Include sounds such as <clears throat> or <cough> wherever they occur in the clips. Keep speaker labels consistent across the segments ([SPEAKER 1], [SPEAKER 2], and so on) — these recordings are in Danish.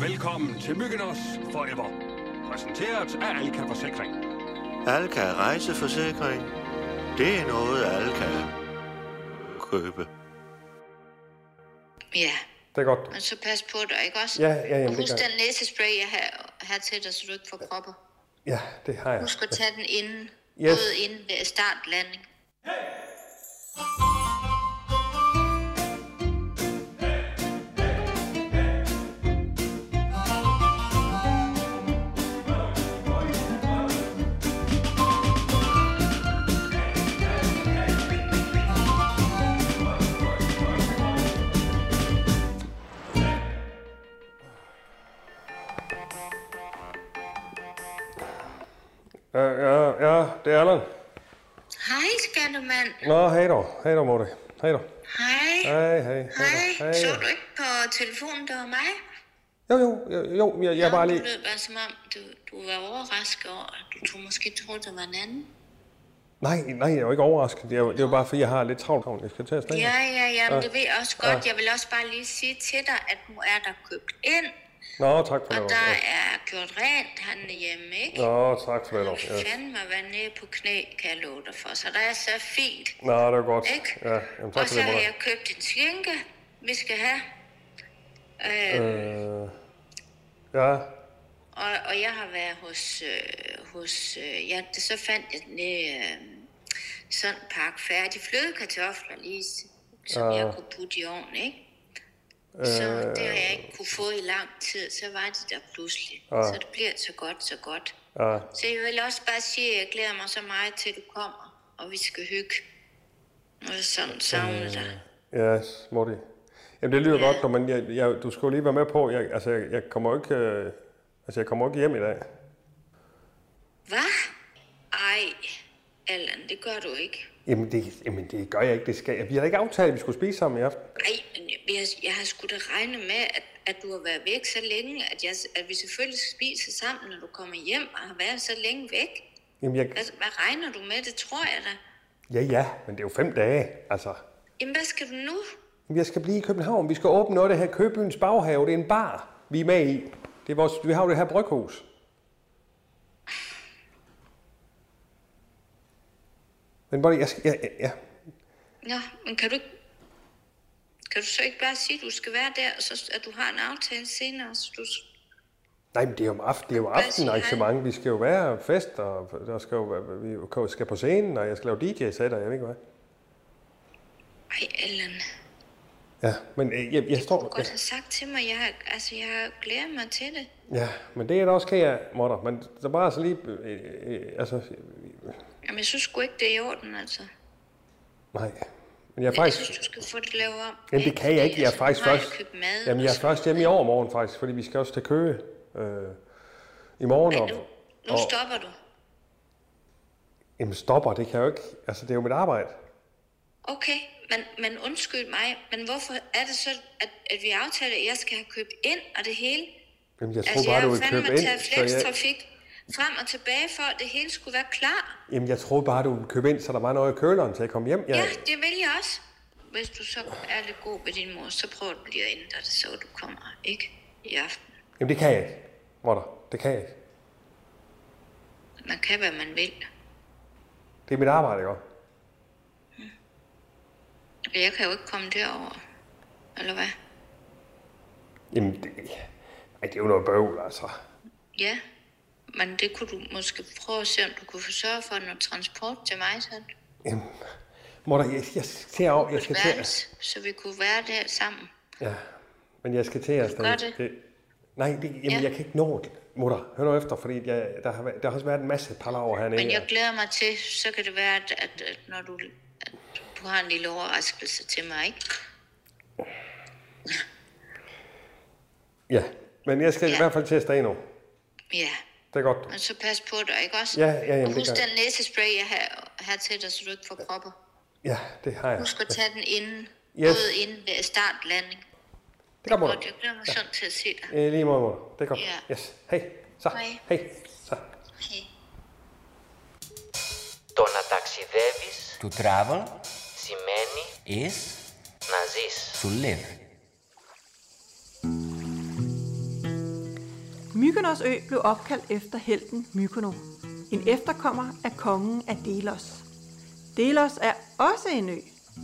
[SPEAKER 1] Velkommen til Myggenos Forever. Præsenteret af Alka Forsikring.
[SPEAKER 2] Alka Rejseforsikring. Det er noget, alle kan købe.
[SPEAKER 3] Ja,
[SPEAKER 4] Det er godt.
[SPEAKER 3] men så pas på dig, ikke også?
[SPEAKER 4] Ja, ja, jamen,
[SPEAKER 3] Og
[SPEAKER 4] det
[SPEAKER 3] Husk
[SPEAKER 4] gør jeg.
[SPEAKER 3] den næsespray, jeg har, har til dig, så du ikke får propper.
[SPEAKER 4] Ja, det har jeg.
[SPEAKER 3] Husk at tage den inden.
[SPEAKER 4] Yes.
[SPEAKER 3] Både inden ved start landing.
[SPEAKER 4] Ja, ja, ja, det er Allan.
[SPEAKER 3] Hej, skattemand.
[SPEAKER 4] Nå, hej dog. Hej dog, Morte. Hej dog.
[SPEAKER 3] Hej.
[SPEAKER 4] Hej, hej. dog.
[SPEAKER 3] Hej.
[SPEAKER 4] dog.
[SPEAKER 3] Så du ikke på telefonen, det var mig?
[SPEAKER 4] Jo, jo, jo, jo jeg, jeg er bare lige...
[SPEAKER 3] Du lød bare som om, du, du var overrasket over, at du, du måske troede, det var en anden.
[SPEAKER 4] Nej, nej, jeg er jo ikke overrasket. Det er jo, det er jo bare, fordi jeg har lidt travlt, travlt. Jeg skal til at snakke.
[SPEAKER 3] Ja, ja, ja, men det ved jeg også godt. Jeg vil også bare lige sige til dig, at nu er der købt ind,
[SPEAKER 4] Nå, tak for det.
[SPEAKER 3] og
[SPEAKER 4] dog.
[SPEAKER 3] der
[SPEAKER 4] Ja.
[SPEAKER 3] er gjort rent han hjemme, ikke?
[SPEAKER 4] Nå, tak for det. dog. Ja.
[SPEAKER 3] Fanden mig være nede på knæ, kan jeg love dig for. Så der er så fint,
[SPEAKER 4] Nå, det er godt.
[SPEAKER 3] ikke?
[SPEAKER 4] Ja, jamen, tak
[SPEAKER 3] og
[SPEAKER 4] for
[SPEAKER 3] så
[SPEAKER 4] det,
[SPEAKER 3] har
[SPEAKER 4] Morte.
[SPEAKER 3] jeg købt en skinke, vi skal have. Øh, øh.
[SPEAKER 4] Ja,
[SPEAKER 3] Og, og jeg har været hos... Øh, hos øh, ja, det, så fandt jeg nede, øh, sådan en pakke færdig flødekartofler lige, s- som øh. jeg kunne putte i ovnen, ikke? Så det har jeg ikke kunne få i lang tid, så var de der pludselig. Så det bliver så godt, så godt.
[SPEAKER 4] ja.
[SPEAKER 3] Så jeg vil også bare sige, at jeg glæder mig så meget til, at du kommer, og vi skal hygge. Og sådan savne dig.
[SPEAKER 4] Ja, yes, Morty. Jamen, det lyder godt, dog, men jeg, jeg, du skal jo lige være med på, jeg, altså, jeg, jeg kommer jo ikke... Øh, altså, jeg kommer jo ikke hjem i dag.
[SPEAKER 3] Hvad? Ej, Allan, det gør du ikke.
[SPEAKER 4] Jamen det, jamen, det gør jeg ikke. Det skal jeg. Vi havde ikke aftalt, at vi skulle spise sammen i aften.
[SPEAKER 3] Ej, men jeg- jeg, jeg har sgu da regnet med, at, at du har været væk så længe, at, jeg, at vi selvfølgelig spiser sammen, når du kommer hjem og har været så længe væk.
[SPEAKER 4] Jamen, jeg,
[SPEAKER 3] Altså, hvad regner du med? Det tror jeg da.
[SPEAKER 4] ja, ja, men det er jo fem dage, altså.
[SPEAKER 3] Jamen, hvad skal du nu?
[SPEAKER 4] Jamen, Jeg skal blive i København. Vi skal åbne noget af det her Købyens baghave. Det er en bar, vi er med i. Det er vores, vi har jo det her bryghus. Men Bonnie, jeg skal, ja, ja, ja.
[SPEAKER 3] Nå, men kan du ikke... Kan du så ikke bare sige, at du skal være der, og så at du har en aftale senere? Så du...
[SPEAKER 4] Nej, men det er jo om aften, det er jo aftenarrangement. Vi skal jo være fest, og der skal jo, være- vi jo skal på scenen, og jeg skal lave DJ-sætter, jeg ved ikke hvad.
[SPEAKER 3] Ej, Allan.
[SPEAKER 4] Ja, men øh, jeg, jeg
[SPEAKER 3] Du
[SPEAKER 4] står...
[SPEAKER 3] kunne godt have sagt til mig, jeg, har- altså, jeg glæder mig til det.
[SPEAKER 4] Ja, men det er da også kan jeg, Morter. Men så bare så lige... Øh, øh, altså, øh,
[SPEAKER 3] Jamen, jeg synes sgu ikke, det er i orden, altså.
[SPEAKER 4] nej. Men jeg er
[SPEAKER 3] Jeg
[SPEAKER 4] faktisk...
[SPEAKER 3] synes, du skal få det lavet om. Altså,
[SPEAKER 4] Jamen, det kan jeg ikke. Jeg er faktisk
[SPEAKER 3] først...
[SPEAKER 4] først...
[SPEAKER 3] købt mad.
[SPEAKER 4] Jamen, jeg er først hjemme i overmorgen, faktisk, fordi vi skal også til Køge øh, i morgen.
[SPEAKER 3] Ej,
[SPEAKER 4] Og,
[SPEAKER 3] nu, nu
[SPEAKER 4] og,
[SPEAKER 3] stopper du.
[SPEAKER 4] jamen, stopper, det kan jeg jo ikke. Altså, det er jo mit arbejde.
[SPEAKER 3] Okay, men, men undskyld mig, men hvorfor er det så, at, at vi aftaler, at jeg skal have købt ind og det hele?
[SPEAKER 4] Jamen, jeg tror
[SPEAKER 3] Altså,
[SPEAKER 4] bare,
[SPEAKER 3] jeg
[SPEAKER 4] du
[SPEAKER 3] har
[SPEAKER 4] ville købe
[SPEAKER 3] fandme
[SPEAKER 4] ind.
[SPEAKER 3] taget
[SPEAKER 4] Så jeg,
[SPEAKER 3] flextrafik frem og tilbage for, at det hele skulle være klar.
[SPEAKER 4] jamen, jeg troede bare, du ville købe ind, så der var noget i køleren til at komme hjem. Jeg,
[SPEAKER 3] Ja, det vil jeg også. Hvis du så er lidt god ved din mor, så prøver du lige at ændre det, så du kommer, ikke? I aften.
[SPEAKER 4] Jamen, det kan jeg ikke, Morter. Det kan jeg ikke.
[SPEAKER 3] Man kan, hvad man vil.
[SPEAKER 4] Det er mit arbejde, ikke? også?
[SPEAKER 3] Og Jeg kan jo ikke komme derover. Eller hvad?
[SPEAKER 4] Jamen, det, ej, det er jo noget bøvl, altså.
[SPEAKER 3] Ja, men det kunne du måske prøve at se, om du kunne få sørge for noget transport til mig, så
[SPEAKER 4] Jamen, Morter, jeg, jeg, skal til at... Jeg skal til, at-
[SPEAKER 3] verdens, så vi kunne være der sammen.
[SPEAKER 4] Ja, men jeg skal til at
[SPEAKER 3] Gør det.
[SPEAKER 4] Nej, det, jamen, ja.
[SPEAKER 3] Ja.
[SPEAKER 4] jeg kan ikke nå det, mutter. Hør nu efter, fordi jeg, der, har, været- der har også været en masse palaver hernede.
[SPEAKER 3] Men jeg glæder mig til, så kan det være, at, at, at når du, at du har en lille overraskelse til mig, ikke?
[SPEAKER 4] Ja, men jeg skal ja. i
[SPEAKER 3] Ja.
[SPEAKER 4] hvert fald til at stå nu.
[SPEAKER 3] Ja,
[SPEAKER 4] Det er godt.
[SPEAKER 3] men så pas på dig, ikke også?
[SPEAKER 4] Ja, ja, jamen,
[SPEAKER 3] Og
[SPEAKER 4] det
[SPEAKER 3] husk
[SPEAKER 4] gør jeg.
[SPEAKER 3] den næsespray, jeg har, har til dig, så du ikke får propper.
[SPEAKER 4] Ja, det har jeg.
[SPEAKER 3] Husk at tage den inden,
[SPEAKER 4] Yes.
[SPEAKER 3] både inden ved start landing.
[SPEAKER 4] Det er godt,
[SPEAKER 3] Og
[SPEAKER 4] mutter.
[SPEAKER 3] jeg glæder mig sådan til at se dig.
[SPEAKER 4] Øh, lige måde, mutter. Det er godt.
[SPEAKER 3] Ja.
[SPEAKER 4] Yes. Hej. Så.
[SPEAKER 3] Hej.
[SPEAKER 4] Hej. Så.
[SPEAKER 3] Hej.
[SPEAKER 5] Το να ταξιδεύεις
[SPEAKER 6] To travel
[SPEAKER 5] σημαίνει
[SPEAKER 6] is
[SPEAKER 5] να ζεις.
[SPEAKER 6] to live. Mykonos ø blev opkaldt efter helten Mykono, en efterkommer af kongen af Delos. Delos er også en ø,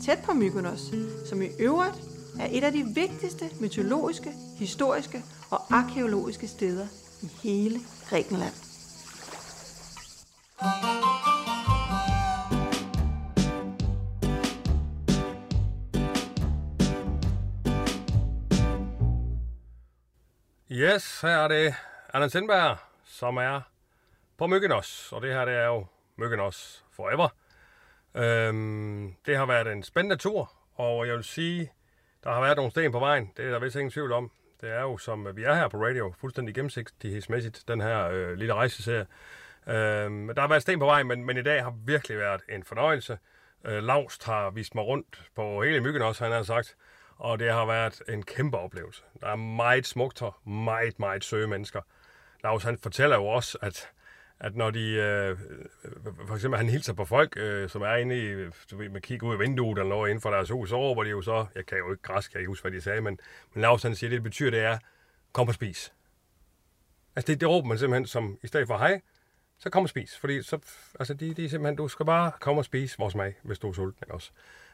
[SPEAKER 6] tæt på Mykonos, som i øvrigt er et af de vigtigste mytologiske, historiske og arkeologiske steder i hele Grækenland.
[SPEAKER 1] Yes, her er det Allan Sindberg, som er på Myggenos, og det her det er jo Myggenos Forever. Øhm, det har været en spændende tur, og jeg vil sige, der har været nogle sten på vejen, det er der vist ingen tvivl om. Det er jo, som vi er her på radio, fuldstændig gennemsigtighedsmæssigt, den her øh, lille rejseserie. Øhm, der har været sten på vejen, men, men i dag har virkelig været en fornøjelse. Øh, Laust har vist mig rundt på hele Myggenos, han har sagt og det har været en kæmpe oplevelse. Der er meget smukt her, meget, meget søge mennesker. Lars, han fortæller jo også, at, at når de, øh, for eksempel han hilser på folk, øh, som er inde i, du ved, man kigger ud af vinduet eller noget inden for deres hus, så råber de jo så, jeg kan jo ikke græsk, jeg kan ikke huske, hvad de sagde, men, men Lars, han siger, det, det betyder, det er, kom og spis. Altså det, det råber man simpelthen som, i stedet for hej, så kom og spis. Fordi så, altså de, de er simpelthen, du skal bare komme og spise vores mad, hvis du er sulten, ikke også?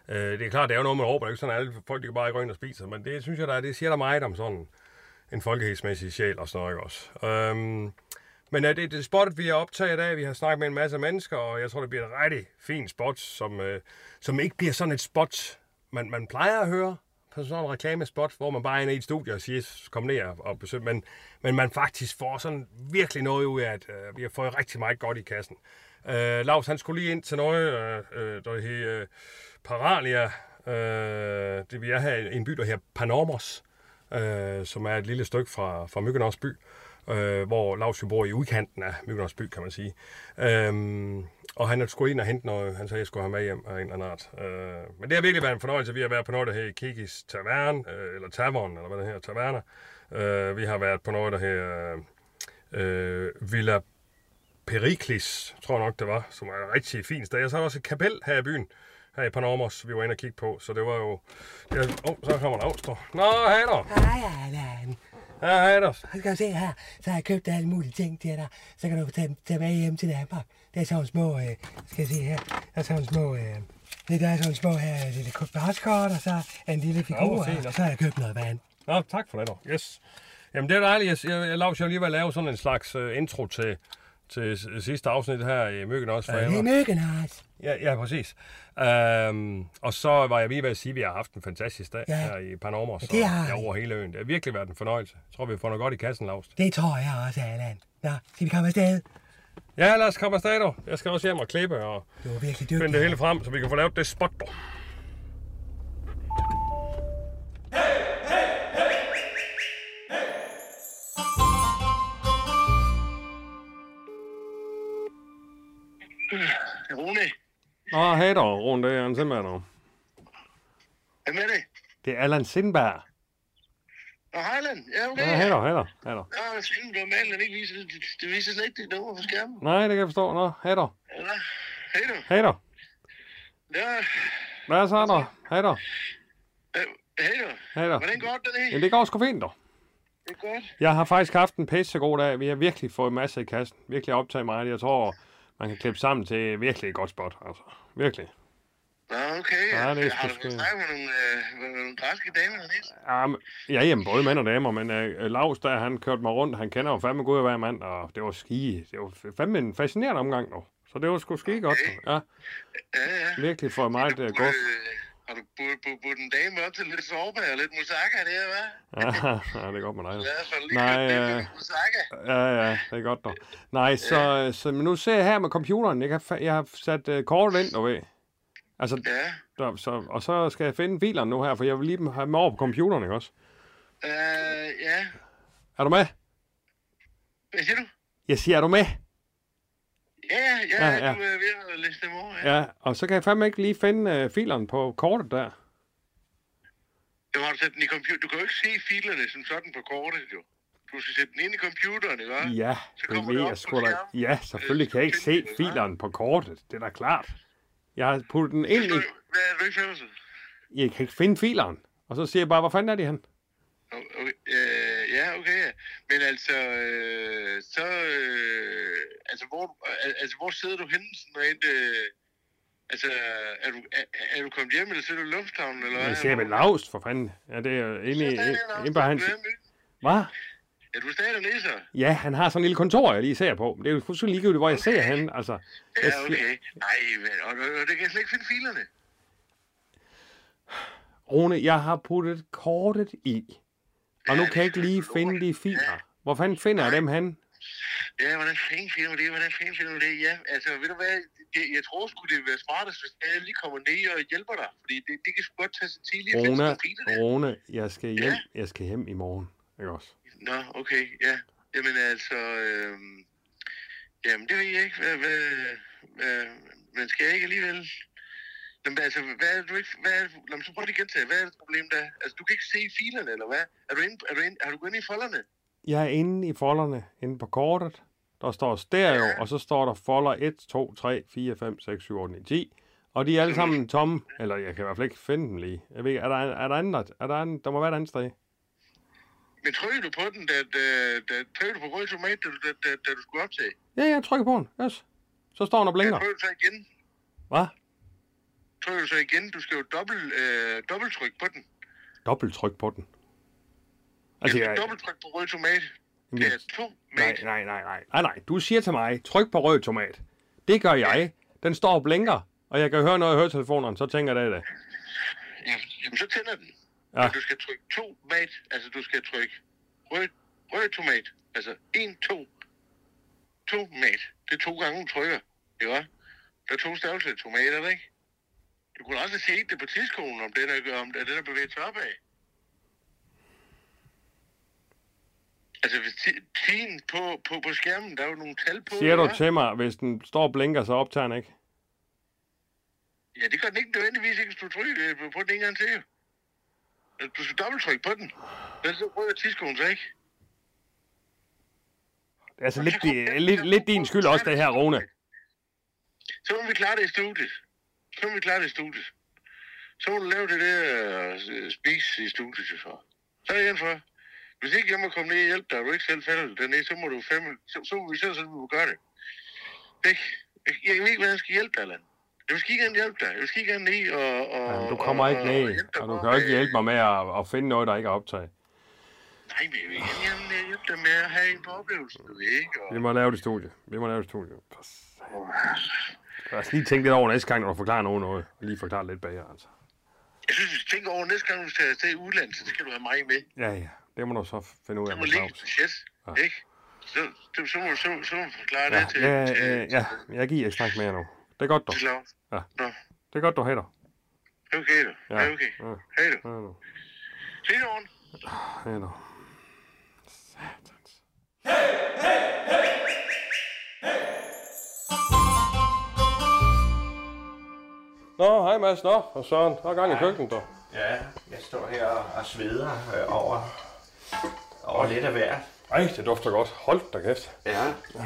[SPEAKER 1] Øh, det er klart, det er jo noget, man råber, det er ikke sådan, at alle folk de kan bare gå ind og spise, men det synes jeg, der, er- det siger der meget om sådan en folkehedsmæssig sjæl og sådan noget, ikke også? Øhm, men øh, det, det er spottet, vi har optaget i dag. Vi har snakket med en masse mennesker, og jeg tror, det bliver et rigtig fint spot, som, øh, som ikke bliver sådan et spot, man, man plejer at høre på sådan en reklamespot, hvor man bare er inde i et studie og siger, kom ned og, og besøg, men, men man faktisk får sådan virkelig noget ud af, at øh, vi har fået rigtig meget godt i kassen. Øh, Lars, han skulle lige ind til noget, øh, øh, der hedder øh, Paralia. Øh, det, vi er her i en by, der hedder Panormos, øh, som er et lille stykke fra, fra Mykonos by, øh, hvor Lars jo bor i udkanten af Mykonos by, kan man sige. Øhm, og han skulle ind og hente noget. Han sagde, at jeg skulle have med hjem af en eller anden art. Øh, men det har virkelig været en fornøjelse. Vi har været på noget, der hedder Kikis Tavern, øh, eller Tavern, eller hvad det hedder, Taverner. Øh, vi har været på noget, der hedder øh, Villa Periklis, tror jeg nok det var, som er en rigtig fin sted. Og så er der også et kapel her i byen, her i Panormos, vi var inde og kigge på, så det var jo... Åh, ja, oh, så kommer der Auster. Nå, hej der!
[SPEAKER 7] Hej, Allan.
[SPEAKER 1] Ja, hej der!
[SPEAKER 7] Så skal du se her, så har jeg købt alle mulige ting til dig. Så kan du tage, tage med hjem til Danmark. Der er sådan nogle små, øh, skal jeg se her, der er sådan nogle små, øh, det der er sådan nogle små her, øh, lille kopbarskort, og så en lille
[SPEAKER 1] Nå,
[SPEAKER 7] figur,
[SPEAKER 1] hvor fint.
[SPEAKER 7] og så har jeg købt noget vand.
[SPEAKER 1] Nå, tak for det dog. Yes. Jamen, det er dejligt. Jeg, jeg, jeg laver jo lige at lave sådan en slags uh, intro til, til s- øh, sidste afsnit her i Myggen også. For
[SPEAKER 7] Det er myggen også.
[SPEAKER 1] ja, ja, præcis. Øhm, og så var jeg lige ved at sige, at vi har haft en fantastisk dag ja.
[SPEAKER 7] Ja.
[SPEAKER 1] her i Panormos.
[SPEAKER 7] Ja, det
[SPEAKER 1] og-
[SPEAKER 7] har
[SPEAKER 1] ja,
[SPEAKER 7] vi.
[SPEAKER 1] over hele øen. Det har virkelig været en fornøjelse. Jeg tror, vi får noget godt i kassen, Lavst.
[SPEAKER 7] Det tror jeg også, Allan. Nå, skal vi komme afsted?
[SPEAKER 1] Ja, lad os komme afsted, dog. Jeg skal også hjem og klippe og
[SPEAKER 7] Du er virkelig
[SPEAKER 1] finde det
[SPEAKER 7] dygtig.
[SPEAKER 1] hele frem, så vi kan få lavet det spot, dog.
[SPEAKER 8] Rune,
[SPEAKER 1] Nå, hej dog, Rune. Det er Allan Sindberg, dog.
[SPEAKER 8] hvem er det?
[SPEAKER 1] Det er Allan Sindberg.
[SPEAKER 8] Nå, Hejland. Ja, okay.
[SPEAKER 1] Ja, hej dog, hej dog, hej dog.
[SPEAKER 8] Nå, det er spændende, du har malet, ikke viser, det, det viser slet ikke dit nummer på skærmen.
[SPEAKER 1] Nej, det kan jeg forstå. Nå, hej dog,
[SPEAKER 8] Eller? Hej du.
[SPEAKER 1] hej dog.
[SPEAKER 8] Ja,
[SPEAKER 1] Hvad så, dog? Hej dog,
[SPEAKER 8] øh, hej du.
[SPEAKER 1] hej dog.
[SPEAKER 8] Hvordan går det,
[SPEAKER 1] Ja,
[SPEAKER 8] det?
[SPEAKER 1] det går sgu fint, dog.
[SPEAKER 8] Det er godt.
[SPEAKER 1] Jeg har faktisk haft en pisse god dag. Vi har virkelig fået en masse i kassen. Virkelig optaget meget. Jeg tror, man kan klippe sammen til virkelig et godt spot. Altså, virkelig.
[SPEAKER 8] Nå, okay.
[SPEAKER 1] Ja, det er
[SPEAKER 8] Har
[SPEAKER 1] sgu
[SPEAKER 8] du fået
[SPEAKER 1] skønt.
[SPEAKER 8] snakket med nogle, øh, med nogle græske damer? eller lidt?
[SPEAKER 1] Ja, men, ja jamen, både mænd og damer, men uh, Lars, der han kørte mig rundt, han kender jo fandme god hver mand, og det var ski. Det var fandme en fascinerende omgang, dog. Så det var sgu skide godt. dog. Ja,
[SPEAKER 8] Ja, ja.
[SPEAKER 1] virkelig for meget uh, godt.
[SPEAKER 8] Øh, har du budt bu- budt en dame op til lidt sorbet og lidt moussaka, det her, hva'?
[SPEAKER 1] <laughs> Ja, ja, det er godt med dig. dog.
[SPEAKER 8] Ja, for lige
[SPEAKER 1] Nej,
[SPEAKER 8] lidt
[SPEAKER 1] øh,
[SPEAKER 8] øh... moussaka.
[SPEAKER 1] Ja, ja, det er godt dog. Nej, så, så men nu ser jeg her med computeren. Jeg har, fa- jeg har sat uh, kortet ind, du ved. Altså,
[SPEAKER 8] Ja.
[SPEAKER 1] der, så, og så skal jeg finde bilerne nu her, for jeg vil lige have dem over på computeren, ikke også?
[SPEAKER 8] Øh, ja.
[SPEAKER 1] Er du med?
[SPEAKER 8] Hvad siger du?
[SPEAKER 1] Jeg siger, er du med?
[SPEAKER 8] Ja, ja, ja,
[SPEAKER 1] Ja,
[SPEAKER 8] ja,
[SPEAKER 1] ja.
[SPEAKER 8] ja. du er ved at læse dem over, ja.
[SPEAKER 1] Ja, og så kan jeg fandme ikke lige finde uh, filerne på kortet der.
[SPEAKER 8] Jo, har du sat den i computer? Du kan jo ikke se filerne som sådan på kortet, jo. Du skal sætte den ind i computeren, ikke også?
[SPEAKER 1] Ja,
[SPEAKER 8] Så
[SPEAKER 1] det
[SPEAKER 8] kommer
[SPEAKER 1] ved
[SPEAKER 8] det op
[SPEAKER 1] jeg
[SPEAKER 8] på
[SPEAKER 1] sgu da.
[SPEAKER 8] skærmen.
[SPEAKER 1] Ja, selvfølgelig kan jeg ikke se filerne på kortet. Det er da klart. Jeg har puttet den ind i...
[SPEAKER 8] Hvad er det, du ikke finder så?
[SPEAKER 1] Jeg kan ikke finde fileren. Og så siger jeg bare, hvor fanden er de han?
[SPEAKER 8] Okay, øh, ja, Ja, okay. Ja. Men altså, øh, så... Øh, altså, hvor, al- altså, hvor sidder du henne, sådan rent... Øh, altså, er du, er, er du kommet hjem, eller sidder du i lufthavnen, eller hvad?
[SPEAKER 1] Jeg ser med Laust, for fanden. Ja, det er jo inde i, inde på hans... Hvad?
[SPEAKER 8] Ja, du er stadig dernede, så?
[SPEAKER 1] Ja, han har sådan en lille kontor, jeg lige ser på. Men det er jo fuldstændig ligegyldigt, hvor jeg ser han. Altså,
[SPEAKER 8] Ja,
[SPEAKER 1] jeg,
[SPEAKER 8] okay. Nej, men, og, og, og, det kan jeg slet ikke finde filerne.
[SPEAKER 1] Rune, jeg har puttet kortet i. Og nu kan jeg ikke lige finde de filer. Hvor fanden finder jeg dem han?
[SPEAKER 8] Ja, hvordan fanden finder man det? Hvordan fanden finder man det? Ja, altså, ved du hvad? Det, jeg tror sgu, det ville være smartest, hvis jeg lige kommer ned og hjælper dig. Fordi det, det kan sgu godt tage sig tidligt. at
[SPEAKER 1] Rune,
[SPEAKER 8] finde sådan nogle filer der.
[SPEAKER 1] Rune, jeg skal hjem. Jeg skal hjem i morgen. Ikke også?
[SPEAKER 8] Nå, okay, ja. Jamen altså, øh, jamen det ved jeg ikke. Hvad, hvad, hvad, men skal jeg ikke alligevel? Jamen altså, hvad er det, du ikke... Hvad, er det- jamen, så prøv lige at gentage. Hvad er det problem der? er? Altså, du kan ikke se filerne, eller hvad? Er du inde, er du inde, har du gået ind i folderne?
[SPEAKER 1] Jeg er inde i folderne, inde på kortet. Der står stereo, og så står der folder 1, 2, 3, 4, 5, 6, 7, 8, 9, 10. Og de er alle sammen tomme. Eller jeg kan i hvert fald ikke finde dem lige. Jeg ved, ikke, er der, er der andet? Er der, andet? der må være et andet sted.
[SPEAKER 8] Men trykkede du på den, da, da, da trykkede du på rød tomat, da, du- da, da, da du skulle optage?
[SPEAKER 1] Ja, jeg trykker på den. Yes. Så står den og blinker.
[SPEAKER 8] Prøv så igen.
[SPEAKER 1] Hvad?
[SPEAKER 8] Trykker du så igen. Du skal jo dobbelt, øh, dobbelttryk på den.
[SPEAKER 1] Dobbelttryk på den.
[SPEAKER 8] Altså,
[SPEAKER 1] Altså, jeg,
[SPEAKER 8] Dobbelttryk på rød tomat. Det
[SPEAKER 1] Jamen,
[SPEAKER 8] er to
[SPEAKER 1] nej,
[SPEAKER 8] mate.
[SPEAKER 1] nej, nej, nej. Nej, nej. Du siger til mig, tryk på rød tomat. Det gør jeg. Den står og blinker, og jeg kan høre noget i høretelefonerne, så tænker jeg det. er det.
[SPEAKER 8] Jamen, jamen, så tænder den.
[SPEAKER 1] Ja.
[SPEAKER 8] Ja. Du skal trykke to mat. Altså, du skal trykke rød, rød tomat. Altså, en, to. To mat. Det er to gange, du trykker. Ikke hva'? Der er to stavelser i tomater, ikke? Du kunne aldrig se det på tidskonen, om den er, om er den er bevæget sig opad. Altså, hvis ti- tiden på, på, på skærmen, der er jo nogle tal på.
[SPEAKER 1] Siger du
[SPEAKER 8] ikke hva'?
[SPEAKER 1] til mig, hvis den står og blinker, så optager den ikke?
[SPEAKER 8] Ja, det gør den ikke nødvendigvis ikke, hvis du trykker øh, på den en gang til. jo. Altså, Du skal dobbelttrykke på den. Ellers så rører tidskonen så ikke.
[SPEAKER 1] Det er altså lidt, di- lidt, lidt din skyld også, det her, Rune.
[SPEAKER 8] Så må vi klare det i studiet. Så må vi klare det i studiet. Så må du lave det der øh, spise i studiet, jo så. Så er jeg for. Hvis ikke jeg må komme ned og hjælpe dig, og du ikke selv fatter det dernede, så må du fem, så, så må vi selv sådan, vi må gøre det. det. Jeg ved ikke, hvordan jeg skal hjælpe dig, Allan. Jeg vil skide gerne hjælpe dig. Jeg vil skide gerne ned og... og
[SPEAKER 1] Jamen, du kommer ikke ned,
[SPEAKER 8] hjælpe dig
[SPEAKER 1] og du
[SPEAKER 8] for
[SPEAKER 1] kan jo ikke
[SPEAKER 8] at-
[SPEAKER 1] hjælpe mig med at, at finde noget, der ikke er optaget.
[SPEAKER 8] Nej, men jeg vil gerne hjemme- hjælpe dig med at have en på oplevelsen, du ved ikke? Og...
[SPEAKER 1] Vi må lave det i studie. Vi må lave det i studie. For satan. Lad os lige tænke lidt over næste gang, når du forklarer nogen noget. Og lige forklare lidt bagere, altså.
[SPEAKER 8] Jeg synes, hvis du tænker over næste gang, du tager afsted i udlandet, så skal du have mig med.
[SPEAKER 1] Ja, ja. Det må du så finde ud
[SPEAKER 8] Så
[SPEAKER 1] af
[SPEAKER 8] må
[SPEAKER 1] med
[SPEAKER 8] ligge et
[SPEAKER 1] Claus.
[SPEAKER 8] budget, ikke? Så, så, så, må, så, så må du forklare
[SPEAKER 1] Ja,
[SPEAKER 8] det til,
[SPEAKER 1] ja,
[SPEAKER 8] til,
[SPEAKER 1] ja, ja, jeg giver ikke snakke mere nu. Det er godt, du.
[SPEAKER 8] til Claus.
[SPEAKER 1] Ja.
[SPEAKER 8] Nå,
[SPEAKER 1] Det er godt, du hater.
[SPEAKER 8] okay du. Ja,
[SPEAKER 1] Ja,
[SPEAKER 8] okay.
[SPEAKER 1] ja.
[SPEAKER 8] Hej du.
[SPEAKER 1] Ja, nu.
[SPEAKER 8] Se dig oven.
[SPEAKER 1] Ja, nu. Satans. Nå, hej Mads. Nå, og Søren. Der er gang i køkkenet, der.
[SPEAKER 9] Ja, jeg står her og, og sveder øh, over, over lidt af hvert.
[SPEAKER 1] Ej, det dufter godt. Hold da kæft.
[SPEAKER 9] Ja. Jeg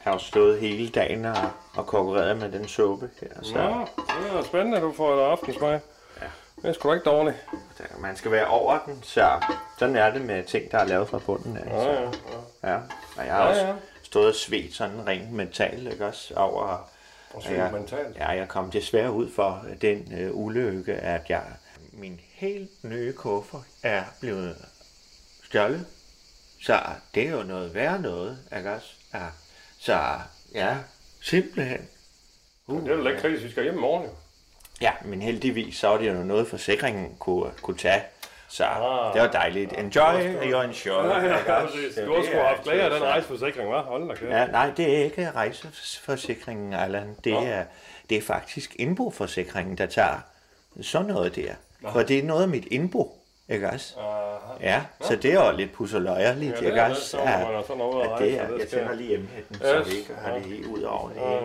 [SPEAKER 9] har jo stået hele dagen og, og konkurreret med den suppe her, så
[SPEAKER 1] Ja, det er spændende, at du får et aftensmag. Ja. Det er sgu da ikke dårligt.
[SPEAKER 9] der, man skal være over den, så sådan er det med ting, der er lavet fra bunden af. Ja, ja, ja. ja. Og jeg har ja, også
[SPEAKER 1] ja.
[SPEAKER 9] stået og svedt sådan rent mentalt, ikke også, over... Og
[SPEAKER 1] svedt mentalt?
[SPEAKER 9] Ja, jeg kom desværre ud for den øh, ulykke, at jeg, min helt nye kuffert er blevet stjålet. Så det er jo noget værre noget, ikke også? Ja. Så ja, simpelthen. Uh,
[SPEAKER 1] Det er da lidt kritisk, vi skal hjem i morgen. jo.
[SPEAKER 9] Ja, men heldigvis så var det jo noget, forsikringen kunne, kunne tage. Så ah, det var dejligt. Enjoy your insurance.
[SPEAKER 1] Ja,
[SPEAKER 9] ikke
[SPEAKER 1] ja,
[SPEAKER 9] også?
[SPEAKER 1] præcis.
[SPEAKER 9] Det er
[SPEAKER 1] Du har
[SPEAKER 9] det,
[SPEAKER 1] sgu
[SPEAKER 9] jeg
[SPEAKER 1] haft glæde af
[SPEAKER 9] altid
[SPEAKER 1] den
[SPEAKER 9] siger.
[SPEAKER 1] rejseforsikring, hva'? Hold da kæft.
[SPEAKER 9] Ja, nej, det er ikke rejseforsikringen, Allan. Det, er, det er faktisk indboforsikringen, der tager sådan noget der. For det er noget af mit indbo, ikke også? Ja, så det er jo lidt pusseløjerligt,
[SPEAKER 1] Ja, det
[SPEAKER 9] ikke
[SPEAKER 1] er det.
[SPEAKER 9] også?
[SPEAKER 1] Så må man jo sådan over
[SPEAKER 9] ja,
[SPEAKER 1] og rejse,
[SPEAKER 9] det er,
[SPEAKER 1] og det
[SPEAKER 9] jeg
[SPEAKER 1] skal-
[SPEAKER 9] tænder lige emheden, så
[SPEAKER 1] Yes,
[SPEAKER 9] vi ikke har
[SPEAKER 1] ja.
[SPEAKER 9] det hele ud over det hele.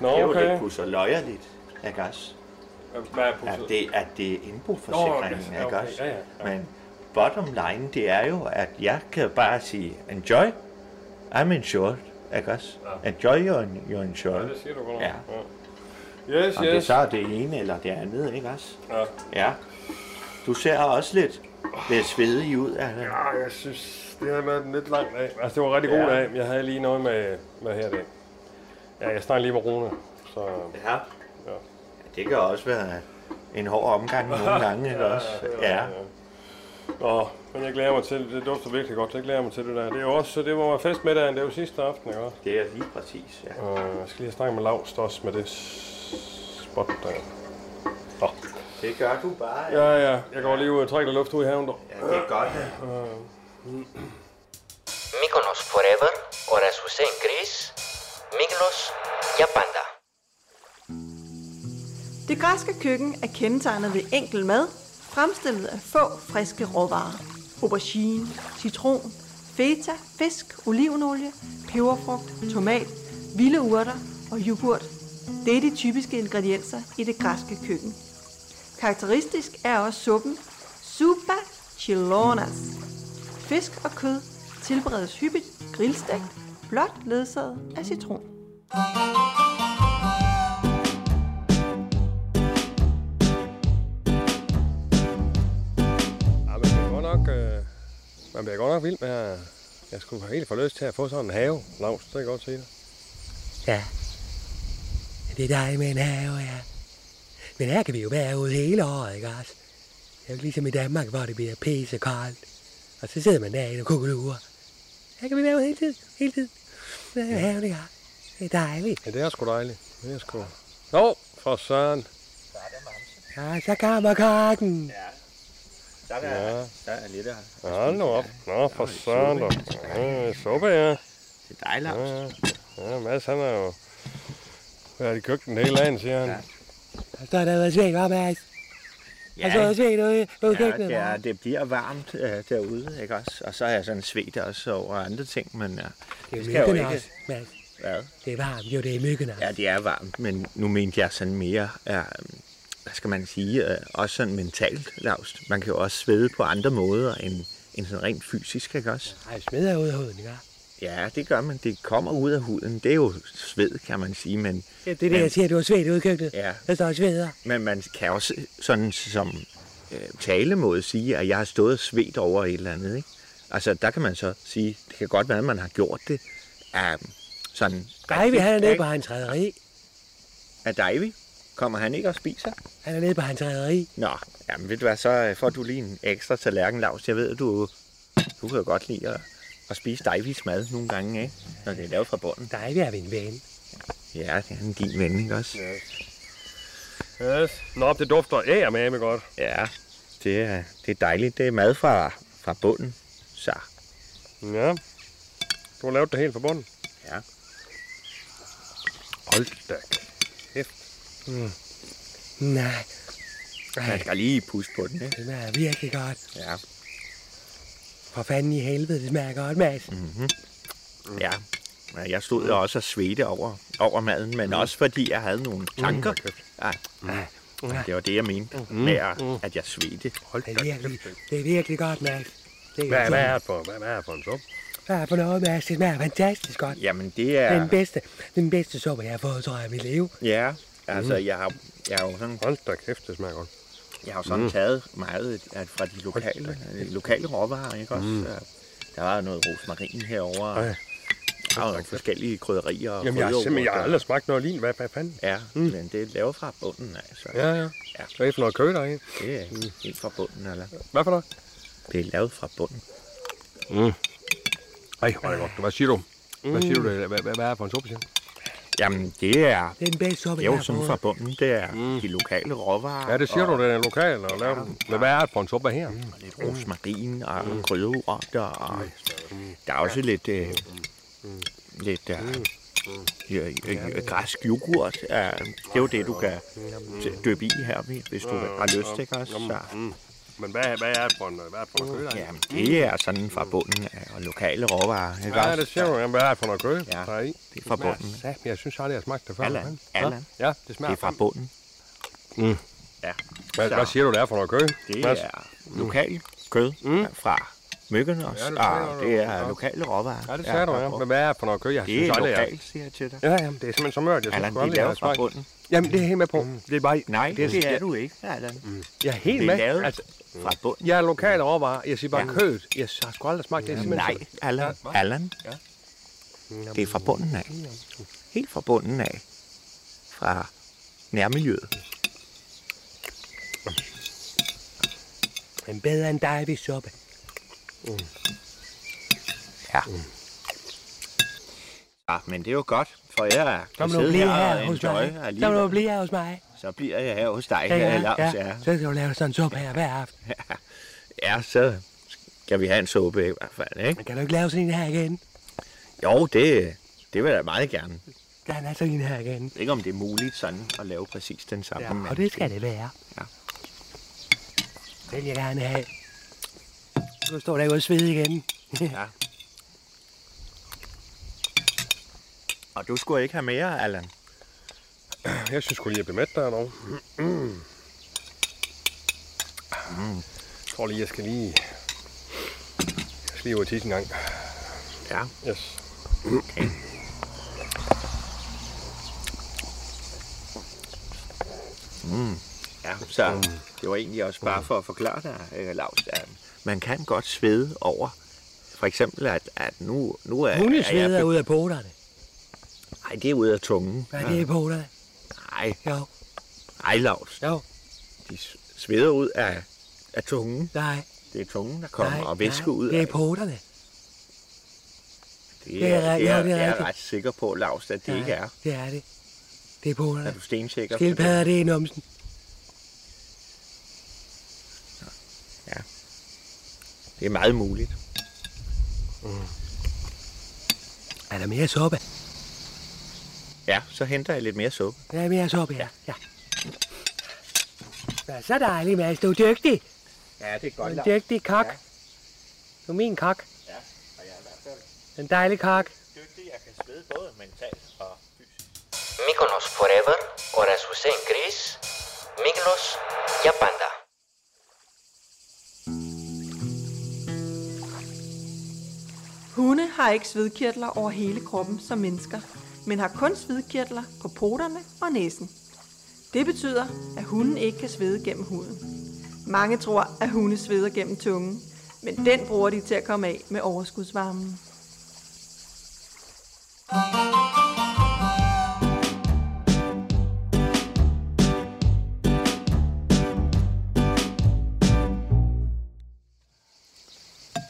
[SPEAKER 1] Nå,
[SPEAKER 9] Det er jo
[SPEAKER 1] okay.
[SPEAKER 9] lidt pusseløjerligt, ikke også?
[SPEAKER 1] Hvad er
[SPEAKER 9] at
[SPEAKER 1] pusset?
[SPEAKER 9] det, at det er indboforsikringen,
[SPEAKER 1] Nå, okay, ja,
[SPEAKER 9] okay, ikke
[SPEAKER 1] okay,
[SPEAKER 9] også?
[SPEAKER 1] ja, ja,
[SPEAKER 9] Men bottom line, det er jo, at jeg kan bare sige, enjoy, I'm insured, ikke også? Enjoy your, your insured.
[SPEAKER 1] Det siger du godt nok.
[SPEAKER 9] Ja.
[SPEAKER 1] Yes,
[SPEAKER 9] Om det
[SPEAKER 1] yes.
[SPEAKER 9] så er det ene eller det andet, ikke også?
[SPEAKER 1] Ja.
[SPEAKER 9] Ja. Du ser også lidt Lidt svedig ud, Allan.
[SPEAKER 1] Ja, Ah, jeg synes, det har været en lidt lang dag. Altså, det var en rigtig god
[SPEAKER 9] Ja.
[SPEAKER 1] dag. men Jeg havde lige noget med, med her dag. Ja, jeg snakkede lige med Rune, så
[SPEAKER 9] Ja. ja. Det kan også være en hård omgang nogle gange, ikke også? Ja.
[SPEAKER 1] Nå, men jeg glæder mig til, det dufter virkelig godt, jeg glæder mig til det der. Det er jo også, det var festmiddagen, det var sidste aften, ikke også?
[SPEAKER 9] Det er lige præcis, ja.
[SPEAKER 1] Øh, jeg skal lige snakke med Lavst også med det spot der. Nå.
[SPEAKER 9] Det gør du bare. Ja.
[SPEAKER 1] Ja, ja, jeg går lige ud og trækker lidt luft ud i haven. dog.
[SPEAKER 9] ja det er godt, ja.
[SPEAKER 5] Mykonos Forever, Ωρας Hussein Chris, Miglos για πάντα.
[SPEAKER 6] Det græske køkken er kendetegnet ved enkel mad, fremstillet af få friske råvarer. Aubergine, citron, feta, fisk, olivenolie, peberfrugt, tomat, vilde urter og yoghurt. Det er de typiske ingredienser i det græske køkken. Karakteristisk er også suppen Supa Chilonas. Fisk og kød tilberedes hyppigt grillstegt, blot ledsaget af citron.
[SPEAKER 1] Ja, men det er godt nok, øh, man bliver godt nok vild med at... Jeg skulle helt få lyst til at få sådan en have, Lavst, det kan jeg godt se det.
[SPEAKER 4] Ja. Det er dig med en have, ja. Men her kan vi jo være ude hele året, ikke også? Det er jo ikke ligesom i Danmark, hvor det bliver pisse koldt. Og så sidder man derinde og kugelurer. Her kan vi være ude hele tiden, hele tiden. Det er jo haven, ikke også? Det er dejligt.
[SPEAKER 1] Ja, det er sgu dejligt. Det er sgu... Nå, for søren.
[SPEAKER 4] Ja, så kommer kokken.
[SPEAKER 9] Der er, der er lidt af.
[SPEAKER 1] Ja, nu op. Nå, for søren. dog. Ja, suppe, ja.
[SPEAKER 9] Det er dig, Lars.
[SPEAKER 1] Ja, ja Mads, han er jo været i køkkenet hele dagen, siger han. Ja.
[SPEAKER 4] Så står der noget sving om, Mads. Ja. Og
[SPEAKER 1] Altså,
[SPEAKER 4] så er der sving ude ude i køkkenet.
[SPEAKER 9] Ja,
[SPEAKER 4] hva'?
[SPEAKER 9] ja, det bliver varmt øh, derude, ikke også? Og så er jeg sådan svedt også over andre ting, men øh,
[SPEAKER 4] Det er
[SPEAKER 9] skal jo
[SPEAKER 4] myggene
[SPEAKER 9] ikke-
[SPEAKER 4] også, Mads.
[SPEAKER 9] hvad?
[SPEAKER 4] Det er varmt, jo, det er myggene også.
[SPEAKER 9] Ja, det er varmt, men nu mente jeg sådan mere, øh, hvad skal man sige, øh, også sådan mentalt lavst. Man kan jo også svede på andre måder end, end sådan rent fysisk, ikke også?
[SPEAKER 4] Ej, smider ud af huden, ikke også?
[SPEAKER 9] Ja, det gør man. Det kommer ud af huden. Det er jo sved, kan man sige, men,
[SPEAKER 4] Det er det, jeg siger, du har svedt ude i køkkenet.
[SPEAKER 9] Ja.
[SPEAKER 4] Der står og sveder.
[SPEAKER 9] men man kan også sådan som øh, talemåde sige, at jeg har stået og svedt over et eller andet, ikke? Altså, der kan man så sige, det kan godt være, at man har gjort det af sådan...
[SPEAKER 4] Nej, vi han er nede
[SPEAKER 9] ikke?
[SPEAKER 4] på hans rederi.
[SPEAKER 9] Af Davy. Kommer han ikke og spiser?
[SPEAKER 4] Han er nede på hans rederi.
[SPEAKER 9] Nå, jamen ved du hvad, så øh, får du lige en ekstra tallerken, Lars. Jeg ved, at du, du kan jo godt lide at, at spise Davys mad nogle gange, ikke? Når det er lavet fra bunden.
[SPEAKER 4] Nej, vi er min ven.
[SPEAKER 9] Ja, det er han din ven, ikke også?
[SPEAKER 1] Yes. Nå, det dufter ædermame godt.
[SPEAKER 9] Ja, det er, det er dejligt. Det er mad fra, fra bunden. Så,
[SPEAKER 1] Ja. Du har lavet det helt fra bunden.
[SPEAKER 9] Ja.
[SPEAKER 1] Hold da.
[SPEAKER 4] Nej,
[SPEAKER 9] man skal lige puste på den, ikke?
[SPEAKER 4] det smager virkelig godt.
[SPEAKER 9] Ja,
[SPEAKER 4] For fanden i helvede, det smager godt, Mads. Mm.
[SPEAKER 9] ja. Ja, Jeg stod jo også og svedte over, over maden,
[SPEAKER 1] Mm.
[SPEAKER 9] men også fordi jeg havde nogle tanker. Ja, ja,
[SPEAKER 1] Mm.
[SPEAKER 9] det var det, jeg mente med, at- at jeg svedte.
[SPEAKER 4] Det, er virkelig, det er virkelig godt, Mads. Det er
[SPEAKER 1] Hvad,
[SPEAKER 4] godt.
[SPEAKER 1] hvad er det for, hvad, hvad er det for en suppe?
[SPEAKER 4] Hvad er det for noget, Mads? Det smager fantastisk godt.
[SPEAKER 9] Jamen, det er...
[SPEAKER 4] Ja. Den bedste, den bedste suppe, jeg har fået, tror jeg, i mit liv.
[SPEAKER 9] Ja, altså jeg har, jeg har jo sådan,
[SPEAKER 1] Hold da kæft, det smager godt.
[SPEAKER 9] jeg har jo sådan mm. taget meget af- fra de lokale, øh, lokale råvarer, ikke også? Mm. Der var jo noget rosmarin herovre, og
[SPEAKER 1] Ej.
[SPEAKER 9] der var nogle forskellige krydderier og
[SPEAKER 1] Jamen, jeg, har
[SPEAKER 9] krydderurter.
[SPEAKER 1] simpelthen, jeg har aldrig smagt noget lignende. Hvad, hvad fanden?
[SPEAKER 9] Ja, mm. men det er lavet fra bunden, altså.
[SPEAKER 1] Ja, Mm. ja.
[SPEAKER 9] Ja.
[SPEAKER 1] Hvad er det for noget kød, der er i?
[SPEAKER 9] Det er helt fra bunden, eller?
[SPEAKER 1] Hvad for noget?
[SPEAKER 9] Det er lavet fra bunden.
[SPEAKER 1] Ej, hvor er det godt. Hvad siger du? Hvad siger du? det- Hvad, hvad, hvad er det for en suppe, siger du?
[SPEAKER 9] Jamen, det er
[SPEAKER 4] Det er den bedste
[SPEAKER 9] det
[SPEAKER 4] suppe,
[SPEAKER 9] er
[SPEAKER 4] jeg
[SPEAKER 9] jo
[SPEAKER 4] har
[SPEAKER 9] sådan
[SPEAKER 4] fået.
[SPEAKER 9] fra bunden. Det er mm. de lokale råvarer.
[SPEAKER 1] Ja, det siger
[SPEAKER 9] og,
[SPEAKER 1] du, det er lokal og laver den. Men hvad er det for en suppe her?
[SPEAKER 9] og lidt rosmarin og mm. krydderurter. Og,
[SPEAKER 1] Mm.
[SPEAKER 9] der er også lidt, øh, lidt øh,
[SPEAKER 1] Mm.
[SPEAKER 9] øh, øh, øh, græsk yoghurt. Øh, det er jo det, du kan t-
[SPEAKER 1] mm.
[SPEAKER 9] dyppe i her, hvis du har lyst, ikke også? Så,
[SPEAKER 1] Men hvad, hvad er det for en, hvad er det for noget kød, der er i?
[SPEAKER 9] jamen, det er sådan fra bunden øh, og lokale råvarer, ikke
[SPEAKER 1] Ja, Mm. det
[SPEAKER 9] også?
[SPEAKER 1] siger du. Jamen, hvad er det for noget kød,
[SPEAKER 9] Ja.
[SPEAKER 1] der er i?
[SPEAKER 9] Det er fra bunden.
[SPEAKER 1] Ja, jeg synes aldrig, jeg har smagt det før.
[SPEAKER 9] Allan,
[SPEAKER 1] men-
[SPEAKER 9] Allan.
[SPEAKER 1] Ja, det
[SPEAKER 9] Det
[SPEAKER 1] smager.
[SPEAKER 9] er fra bunden.
[SPEAKER 1] Mm.
[SPEAKER 9] Ja.
[SPEAKER 1] Hvad,
[SPEAKER 9] Så
[SPEAKER 1] hvad siger du, det er for noget kød?
[SPEAKER 9] Det
[SPEAKER 1] Mads?
[SPEAKER 9] er lokal kød fra Mykkenos,
[SPEAKER 1] mm. Ja, det sagde
[SPEAKER 9] og
[SPEAKER 1] du.
[SPEAKER 9] det er lokale råvarer.
[SPEAKER 1] Ja, det sagde du, ja. Men hvad er det for noget kød? Jeg
[SPEAKER 9] Det er
[SPEAKER 1] aldrig, jeg-
[SPEAKER 9] lokalt, siger jeg til dig.
[SPEAKER 1] Ja, ja, men det er simpelthen så mørkt. Jeg synes,
[SPEAKER 9] Allan,
[SPEAKER 1] sgu
[SPEAKER 9] det er
[SPEAKER 1] aldrig, jeg har
[SPEAKER 9] lavet fra
[SPEAKER 1] smagt.
[SPEAKER 9] bunden.
[SPEAKER 1] Jamen, det er jeg helt med på. Det er bare...
[SPEAKER 9] Nej, det er du ikke, Allan.
[SPEAKER 1] Jeg er helt
[SPEAKER 9] Det er
[SPEAKER 1] med.
[SPEAKER 9] lavet-
[SPEAKER 1] Altså,
[SPEAKER 9] fra bunden.
[SPEAKER 1] Jeg er lokal råvarer. Jeg siger bare
[SPEAKER 9] Ja.
[SPEAKER 1] ja. kødet. Jeg har sgu aldrig smagt det.
[SPEAKER 9] Jamen, nej, Allan, Allan. Det er fra bunden af. Helt fra bunden af. Fra nærmiljøet.
[SPEAKER 7] Men bedre end dig, vi suppe.
[SPEAKER 9] Ja. Ja, Ah, men det er jo godt, for jeg
[SPEAKER 7] Kom
[SPEAKER 9] kan
[SPEAKER 7] nu,
[SPEAKER 9] sidde
[SPEAKER 7] bliv
[SPEAKER 9] her
[SPEAKER 7] her
[SPEAKER 9] og
[SPEAKER 7] hos
[SPEAKER 9] enjoy
[SPEAKER 7] mig. Kom nu,
[SPEAKER 9] alligevel.
[SPEAKER 7] bliv her hos mig.
[SPEAKER 9] Så bliver jeg her hos dig,
[SPEAKER 7] Ja,
[SPEAKER 9] ja,
[SPEAKER 7] ja,
[SPEAKER 9] Lars.
[SPEAKER 7] ja.
[SPEAKER 9] Ja.
[SPEAKER 7] Så skal du lave sådan en suppe her hver aften.
[SPEAKER 9] ja, så skal vi have en suppe i hvert fald, ikke?
[SPEAKER 7] Men kan du ikke lave sådan en her igen?
[SPEAKER 9] Jo, det, det vil jeg meget gerne.
[SPEAKER 7] Der er sådan en her igen.
[SPEAKER 9] Ikke om det er muligt sådan at lave præcis den samme.
[SPEAKER 7] Ja,
[SPEAKER 9] men-
[SPEAKER 7] og det skal det være.
[SPEAKER 9] altså. Ja.
[SPEAKER 7] Det vil jeg gerne have. Nu står der ikke og svede igen.
[SPEAKER 9] Ja. Og du skulle ikke have mere, Allan.
[SPEAKER 1] Jeg synes sgu lige, jeg blev mæt der dog. Mm. Jeg tror lige, jeg skal lige... Jeg skal lige ud og tisse en gang.
[SPEAKER 9] Ja.
[SPEAKER 1] Yes.
[SPEAKER 9] Ja, så det var egentlig også bare for at forklare dig, øh, Lars, at man kan godt svede over, for eksempel, at, at nu, nu er,
[SPEAKER 7] Hundesveder ud af poterne.
[SPEAKER 9] Nej, det er ude af tungen.
[SPEAKER 7] Hvad er det i poterne?
[SPEAKER 9] Nej,
[SPEAKER 7] Jo,
[SPEAKER 9] nej, Lars.
[SPEAKER 7] jo,
[SPEAKER 9] De sveder ud af, af tungen.
[SPEAKER 7] nej.
[SPEAKER 9] Det er tungen, der kommer
[SPEAKER 7] nej,
[SPEAKER 9] og væske
[SPEAKER 7] nej.
[SPEAKER 9] ud
[SPEAKER 7] Det
[SPEAKER 9] af.
[SPEAKER 7] er i poterne.
[SPEAKER 9] Det
[SPEAKER 7] det
[SPEAKER 9] er,
[SPEAKER 7] er
[SPEAKER 9] det er,
[SPEAKER 7] rigtigt. Jo, det er
[SPEAKER 9] jeg er
[SPEAKER 7] rigtigt.
[SPEAKER 9] ret sikker på, Lars, at det
[SPEAKER 7] Nej,
[SPEAKER 9] ikke er.
[SPEAKER 7] Det er det. Det er i poterne.
[SPEAKER 9] Er du stensikker? på det?
[SPEAKER 7] Skildpadder, det er i numsen.
[SPEAKER 9] Det er meget muligt.
[SPEAKER 7] Er der mere suppe?
[SPEAKER 9] Ja, så henter jeg lidt mere suppe.
[SPEAKER 7] Der er mere suppe her. Ja. ja. Så dejligt, Mads. Du er dygtig.
[SPEAKER 9] Ja, det er
[SPEAKER 7] Du er en dygtig kok. Du er min kok.
[SPEAKER 9] Ja, og jeg er i hvert fald
[SPEAKER 7] En dejlig kok.
[SPEAKER 9] dygtig. Jeg kan svede både mentalt og fysisk.
[SPEAKER 5] Mykonos Forever oraz Hussein Chris, Miglos Yapanda.
[SPEAKER 6] Hunde har ikke svedkirtler over hele kroppen som mennesker, men har kun svedkirtler på poterne og næsen. Det betyder, at hunden ikke kan svede gennem huden. Mange tror, at hunde sveder gennem tungen, men den bruger de til at komme af med overskudsvarmen.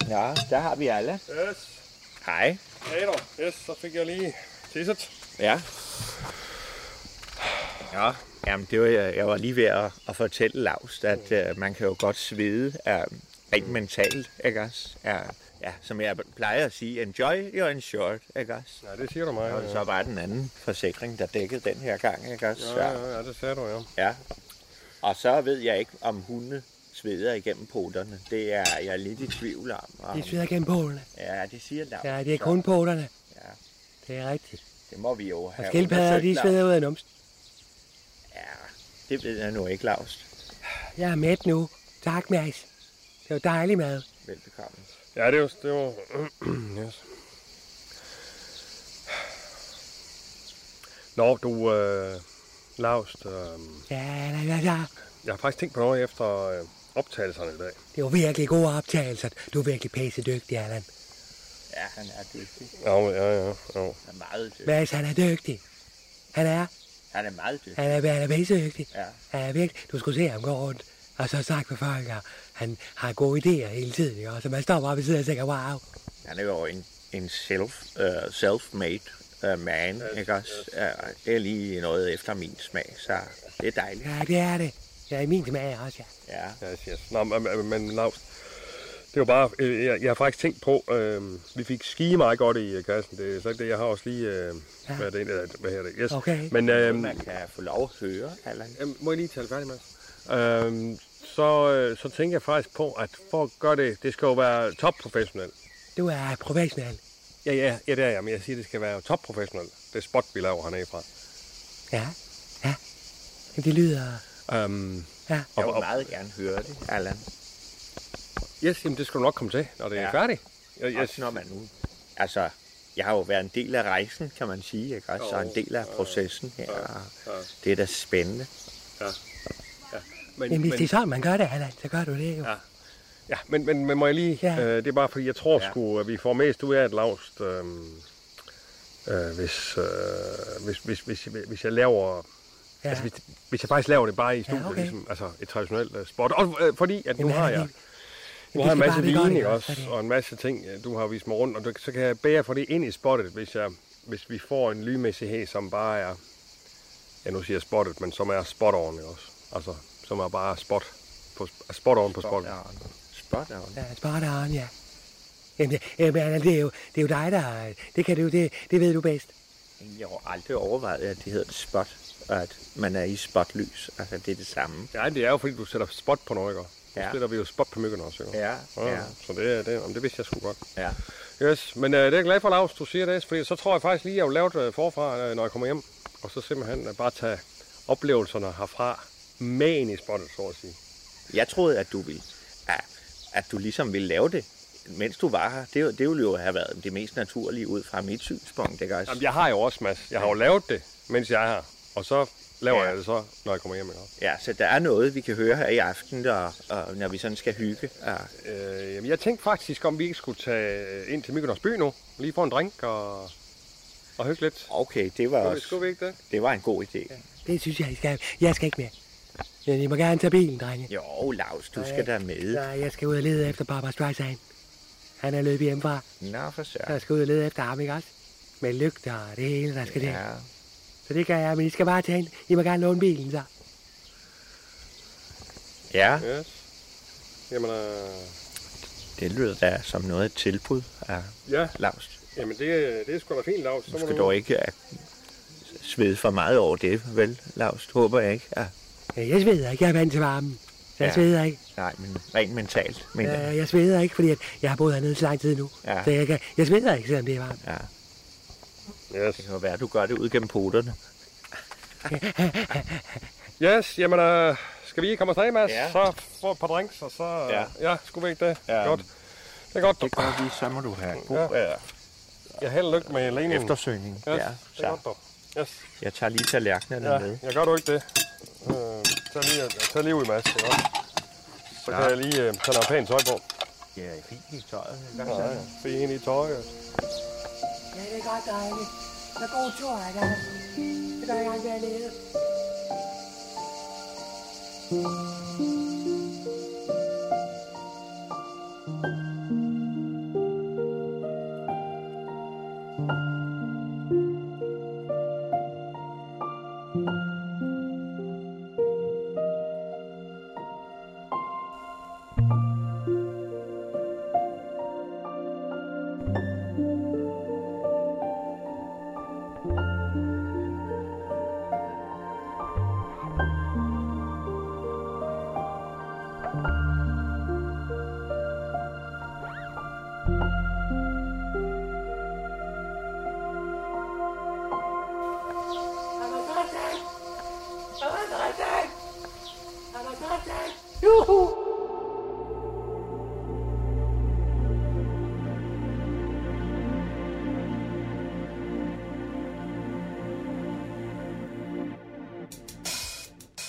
[SPEAKER 9] Ja, der har vi alle.
[SPEAKER 1] Yes.
[SPEAKER 9] Hej.
[SPEAKER 1] Hej dog. Yes, så fik jeg lige tisset.
[SPEAKER 9] Ja. Ja, jamen det var, jeg jeg var lige ved at, at fortælle Lars, at øh, man kan jo godt svede øh, rent mentalt, ikke også? Ja, ja, som jeg plejer at sige, enjoy your insured, ikke også?
[SPEAKER 1] Ja, det siger du mig.
[SPEAKER 9] Og så var den anden forsikring, der dækkede den her gang, ikke også?
[SPEAKER 1] Ja, ja, ja, det sagde du, ja.
[SPEAKER 9] Ja. Og så ved jeg ikke, om hunde sveder igennem poterne. Det er jeg lidt i tvivl om. om
[SPEAKER 7] De sveder gennem poterne.
[SPEAKER 9] ja, det siger Lars.
[SPEAKER 7] Ja, det er kun poterne.
[SPEAKER 9] Ja.
[SPEAKER 7] Det er rigtigt.
[SPEAKER 9] Det må vi jo
[SPEAKER 7] Og
[SPEAKER 9] have
[SPEAKER 7] skildpadder, de
[SPEAKER 9] undersøgt, Lars.
[SPEAKER 7] sveder ud af numsen.
[SPEAKER 9] Ja, det ved jeg nu ikke, Lars.
[SPEAKER 7] Jeg er mæt nu. Tak, Mads. Det var dejlig mad.
[SPEAKER 9] Velbekomme.
[SPEAKER 1] Ja, det var... Det var <clears throat> yes. Nå, du... Øh, Lars, øh,
[SPEAKER 7] Ja, ja, ja, ja.
[SPEAKER 1] jeg har faktisk tænkt på noget efter øh, optagelserne i dag.
[SPEAKER 7] Det var virkelig gode optagelser. Du er virkelig pæse dygtig, Allan.
[SPEAKER 9] Ja, han er dygtig.
[SPEAKER 1] Ja, ja, ja. ja.
[SPEAKER 9] Han er meget dygtig.
[SPEAKER 7] Mads, han er dygtig. Han er.
[SPEAKER 9] Han er meget dygtig.
[SPEAKER 7] Han er, han er pæse dygtig.
[SPEAKER 9] Ja.
[SPEAKER 7] Han er virkelig. Du skulle se ham gå rundt. Og så snakke med folk, og han har gode idéer hele tiden, ikke? Og så man står bare ved siden og tænker, wow.
[SPEAKER 9] Han er jo en, en self, uh, self-made uh, man, ikke også? Ja, det er lige noget efter min smag, så det er dejligt.
[SPEAKER 7] Ja, det er det. Ja, i min smag også, ja.
[SPEAKER 9] Ja.
[SPEAKER 1] Yes, yes. Nå, men, men- men Lars, det var bare, øh, jeg, jeg har faktisk tænkt på, øh, vi fik ski meget godt i øh, kassen, det er slet ikke det, jeg har også lige, øh, ja. hvad, er det, egentlig, øh, hvad hedder det, yes.
[SPEAKER 7] Okay.
[SPEAKER 1] Men øh,
[SPEAKER 9] Man kan få lov at høre, Allan.
[SPEAKER 1] Jamen, må jeg lige tale færdig, Mads? Øhm, så, øh, så tænker jeg faktisk på, at for at gøre det, det skal jo være topprofessionelt.
[SPEAKER 7] Du er professionel.
[SPEAKER 1] Ja, ja, ja, det er jeg, men jeg siger, det skal være topprofessionelt. Det er spot, vi laver hernede fra.
[SPEAKER 7] Ja, ja. Jamen, Det lyder...
[SPEAKER 1] Øhm,
[SPEAKER 7] Ja.
[SPEAKER 9] Jeg vil meget gerne høre det, Allan.
[SPEAKER 1] yes, jamen, det skal du nok komme til, når det ja.
[SPEAKER 9] Ja.
[SPEAKER 1] er færdigt. Jeg, jeg,
[SPEAKER 9] Også når man nu... Altså, jeg har jo været en del af rejsen, kan man sige, ikke også? Og en del af processen her. og Det er da spændende.
[SPEAKER 1] Men,
[SPEAKER 7] Men hvis
[SPEAKER 1] men,
[SPEAKER 7] det er sådan, man gør det, Allan, så gør du det jo.
[SPEAKER 1] Ja. ja, men, men, men må jeg lige... Ja.
[SPEAKER 7] Ja.
[SPEAKER 1] Øh, det er bare fordi, jeg tror ja.
[SPEAKER 9] Ja.
[SPEAKER 1] sgu, at vi får mest ud af et lavst, øh, øh, hvis, øh, hvis, hvis, hvis, hvis jeg laver... Ja.
[SPEAKER 7] Ja.
[SPEAKER 1] Altså, hvis, hvis jeg faktisk laver det bare i studiet, ja, okay.
[SPEAKER 7] okay.
[SPEAKER 1] ligesom, altså et traditionelt uh, sport. Også øh, fordi, at nu
[SPEAKER 7] Jamen,
[SPEAKER 1] har
[SPEAKER 7] Allan,
[SPEAKER 1] jeg,
[SPEAKER 7] det-
[SPEAKER 1] nu
[SPEAKER 7] det
[SPEAKER 1] har jeg en masse
[SPEAKER 7] skal bare vi gør,
[SPEAKER 1] vin, ikke
[SPEAKER 7] ikke
[SPEAKER 1] også,
[SPEAKER 7] også? Fordi-
[SPEAKER 1] og en masse ting, øh, du har vist mig rundt, og du, så kan jeg bære for det ind i spottet, hvis, jeg, hvis vi får en lydmæssighed, som bare er, ja nu siger jeg spottet, men som er spot on, ikke også? Altså, som er bare spot, på, spot on på spottet. Ja.
[SPEAKER 9] Spot on.
[SPEAKER 7] Ja, spot on, ja. Jamen, det, jamen Allan, det, er jo, det er jo dig, der... Det kan du, det, det ved du bedst.
[SPEAKER 9] Jeg har aldrig overvejet, at det hedder spot, og at man er i spotlys. Altså, det er det samme.
[SPEAKER 1] Ja, det er jo fordi, du sætter spot på noget, ikke? Ja.
[SPEAKER 9] Ja.
[SPEAKER 1] Så sætter vi jo spot på myggerne også, ikke?
[SPEAKER 9] Ja, ja,
[SPEAKER 1] Så det, er- det, om det vidste jeg sgu godt.
[SPEAKER 9] ja.
[SPEAKER 1] Yes, men øh, det er jeg glad for, Lars, du siger det, for så tror jeg faktisk lige, at jeg vil lave det øh, forfra, øh, når jeg kommer hjem. Og så simpelthen øh, bare tage oplevelserne herfra med ind i spottet, så at sige.
[SPEAKER 9] Jeg troede, at du ville, at, at du ligesom ville lave det, mens du var her. Det, er jo- det ville jo have været det mest naturlige ud fra mit synspunkt, ikke også?
[SPEAKER 1] Jamen, jeg har jo også, Mads. Jeg har jo lavet det, mens jeg er her. Og så laver ja.
[SPEAKER 9] Ja.
[SPEAKER 1] jeg det så, når jeg kommer hjem. Ikke?
[SPEAKER 9] Ja, så der er noget, vi kan høre her i aften, og, og når vi sådan skal hygge. Og,
[SPEAKER 1] Øh, jamen, jeg tænkte faktisk, om vi ikke skulle tage øh, ind til Mykonos by nu. Lige få en drink og, og hygge lidt.
[SPEAKER 9] okay, det var,
[SPEAKER 1] Skulle vi, skulle
[SPEAKER 9] også,
[SPEAKER 1] vi ikke det?
[SPEAKER 9] det var en god idé.
[SPEAKER 7] Det synes jeg, I skal. Jeg skal ikke mere. Men I må gerne tage bilen, drenge.
[SPEAKER 9] Jo, Lars, du skal da med.
[SPEAKER 7] Nej, jeg skal ud og lede efter Barbara Streisand. Han er løbet hjemmefra,
[SPEAKER 9] Nå, for
[SPEAKER 7] så
[SPEAKER 9] søren.
[SPEAKER 7] jeg skal ud og lede efter ham, ikke også? Med lygter og det hele, der skal ja. det.
[SPEAKER 9] Ja.
[SPEAKER 7] Så det kan jeg, men I skal bare tage en. I må gerne låne bilen, så.
[SPEAKER 9] ja,
[SPEAKER 1] Yes. Jamen, øh,
[SPEAKER 9] det lyder da som noget af et tilbud af
[SPEAKER 1] ja.
[SPEAKER 9] Lars.
[SPEAKER 1] Jamen, det, det er sgu da fint, Lars.
[SPEAKER 9] Du skal dog ikke uh, svede for meget over det, vel, Lars? Håber jeg ikke. Ja.
[SPEAKER 7] Ja, Jeg sveder ikke, jeg er vant til varmen. Så jeg
[SPEAKER 9] Ja.
[SPEAKER 7] sveder ikke.
[SPEAKER 9] Nej, men rent mentalt, mener jeg.
[SPEAKER 7] Jeg, jeg sveder ikke, fordi at jeg har boet hernede så lang tid nu.
[SPEAKER 9] Ja.
[SPEAKER 7] Så jeg, kan, jeg sveder ikke, selvom det er varmt.
[SPEAKER 9] Ja,
[SPEAKER 1] Yes.
[SPEAKER 9] det kan jo være, at du gør det ud gennem poterne.
[SPEAKER 1] Mm. Yes, jamen, øh, skal vi komme afsted, Mads? Ja.
[SPEAKER 9] Ja.
[SPEAKER 1] Så få et par drinks, og så... Øh, ja.
[SPEAKER 9] Ja.
[SPEAKER 1] ja, skulle vi ikke det?
[SPEAKER 9] Ja.
[SPEAKER 1] Godt. Det er godt.
[SPEAKER 9] Det gør vi, så må du have en god ja.
[SPEAKER 1] Jeg held og lykke med Lene.
[SPEAKER 9] eftersøgning.
[SPEAKER 1] Yes,
[SPEAKER 9] Ja,
[SPEAKER 1] det er
[SPEAKER 9] så
[SPEAKER 1] godt, dog. Yes.
[SPEAKER 9] jeg tager lige tallerkenerne
[SPEAKER 1] Ja,
[SPEAKER 9] med.
[SPEAKER 1] jeg gør du ikke det. Øh, tag, lige, tag lige ud, Mads. Ikke? også? Så kan jeg lige øh, tage noget pænt tøj på.
[SPEAKER 9] Ja, fint i tøjet.
[SPEAKER 1] Ja, ja. Fint i tøjet.
[SPEAKER 7] Ja, det er godt, drenge. Så god tur, ikke? Det går i gang med at lede.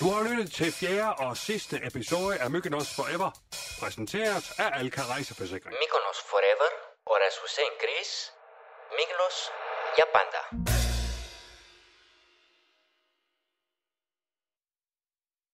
[SPEAKER 1] Du har lyttet til fjerde og sidste episode af Myggenos Forever, præsenteret af Alka Rejseforsikring.
[SPEAKER 5] Mykonos Forever oraz Hussein Chris, Miglos Yapanda.